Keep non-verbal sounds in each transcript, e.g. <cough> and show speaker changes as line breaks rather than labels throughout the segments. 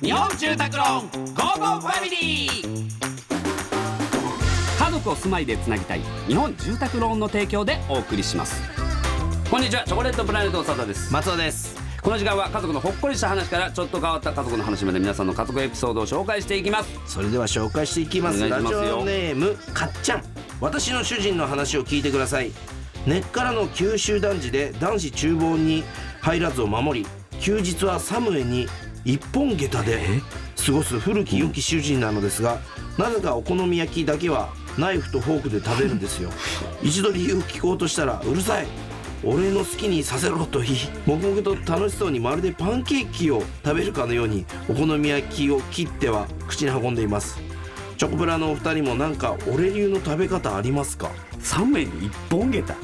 日本住宅ローンゴーゴーファミリー家族を住まいでつなぎたい日本住宅ローンの提供でお送りしますこんにちはチョコレートプラネット佐藤です
松尾です
この時間は家族のほっこりした話からちょっと変わった家族の話まで皆さんの家族エピソードを紹介していきます
それでは紹介していきます
お願
ラ
いしま
ジ
すよ
オネームかっちゃん私の主人の話を聞いてください根っからの九州男児で男子厨房に入らずを守り休日はサムエに一本下駄で過ごす古き良き主人なのですが、なぜかお好み焼きだけはナイフとフォークで食べるんですよ一度理由を聞こうとしたらうるさい俺の好きにさせろと言い黙々と楽しそうにまるでパンケーキを食べるかのようにお好み焼きを切っては口に運んでいますチョコプラのお二人もなんか俺流の食べ方ありますか
三面に一本下駄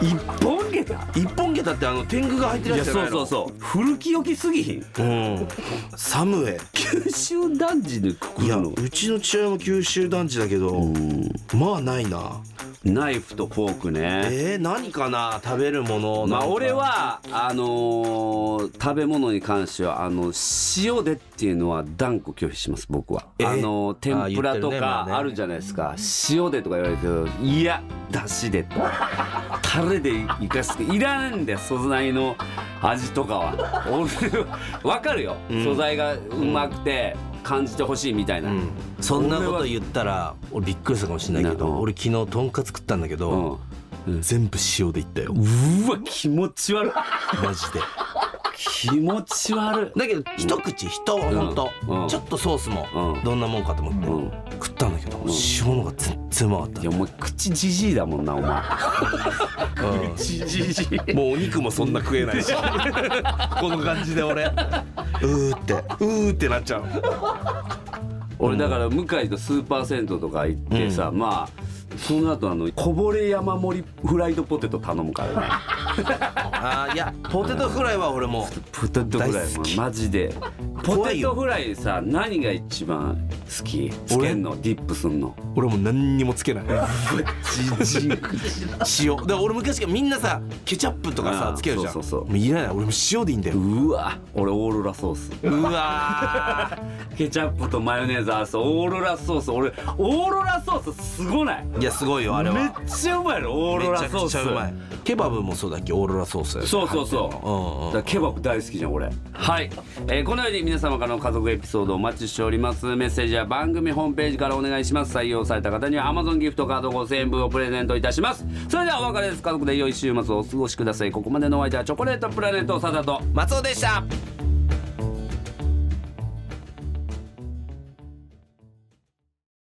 一本下駄
一本下駄ってあの天狗が入ってる
い
や
や
つじゃな
そ
いうの
そうそう古き良きすぎひん
うんサムエ
九州男児にくく
いや
るの
うちの父親も九州団地だけど、まあないな
ナイフとフォークね
えー、何かな食べるもの
ま
なん
あ
か
俺はあのー食べ物に関してはあの塩でっていうのは断固拒否します僕は、
え
あの天ぷらと
あ言ってるねまあ
か
ね
あるじゃないですか、塩でとか言われるけどいやだしでと <laughs> タレでいかすていらないんだよ素材の味とかは俺はわかるよ、
うん
素材がうまくて感じてほしいみたいな、
うんそんなこと言ったら俺びっくりしたかもしれないけ
うん
ど俺昨日とんかつ食ったんだけ
う
ど、
ん
全部塩でいったよ
うわ気持ち悪い
マジで
気持ち悪
だけど一口一本当、
うん
ちょっとソースも
うん
どんなもんかと思って、
い、うん
食ったんだけど塩の方が全然うまかっ
いやお前口じじいだもんなお前
た、うん
口じじい
もうお肉もそんな食え <laughs> ないしこの感じで俺うーってうーってなっちゃう
俺だから向井とスーパー銭湯とか行ってさ、まあその後あのこぼれ山盛りフライドポテト頼むから <laughs> ね
あーいやポテトフライは俺も
ポテトフライ
大好
も
き
マジでポ
怖
テ
い
ト
よ
フライさ何が一番好きつけんのディップすんの
俺も何にもつけない
じじい
塩で俺昔からみんなさケチャップとか
あ
さ
ー
つけるじゃん
そうそうそう
もういらない俺も塩でいいんだ
<laughs>
よ
うわ俺オーロラソース
うわー
ケチャップとマヨネーズ合わせてオーロラソース俺オーロラソースすごない
いやすごいよあれは
めっちゃうまいのオーロラソー
めちゃく
ス
ちゃうまいケバブもそうだっけオーロラソース
そうそうそう
うんう
だ
ん
からケバブ大好きじゃん俺はい、えーこのように皆様からの家族エピソードをお待ちしておりますメッセージは番組ホームページからお願いします採用された方には Amazon ギフトカード5000円分をプレゼントいたしますそれではお別れです家族で良い週末をお過ごしくださいここまでのお相手はチョコレートプラネットサダと
松尾でした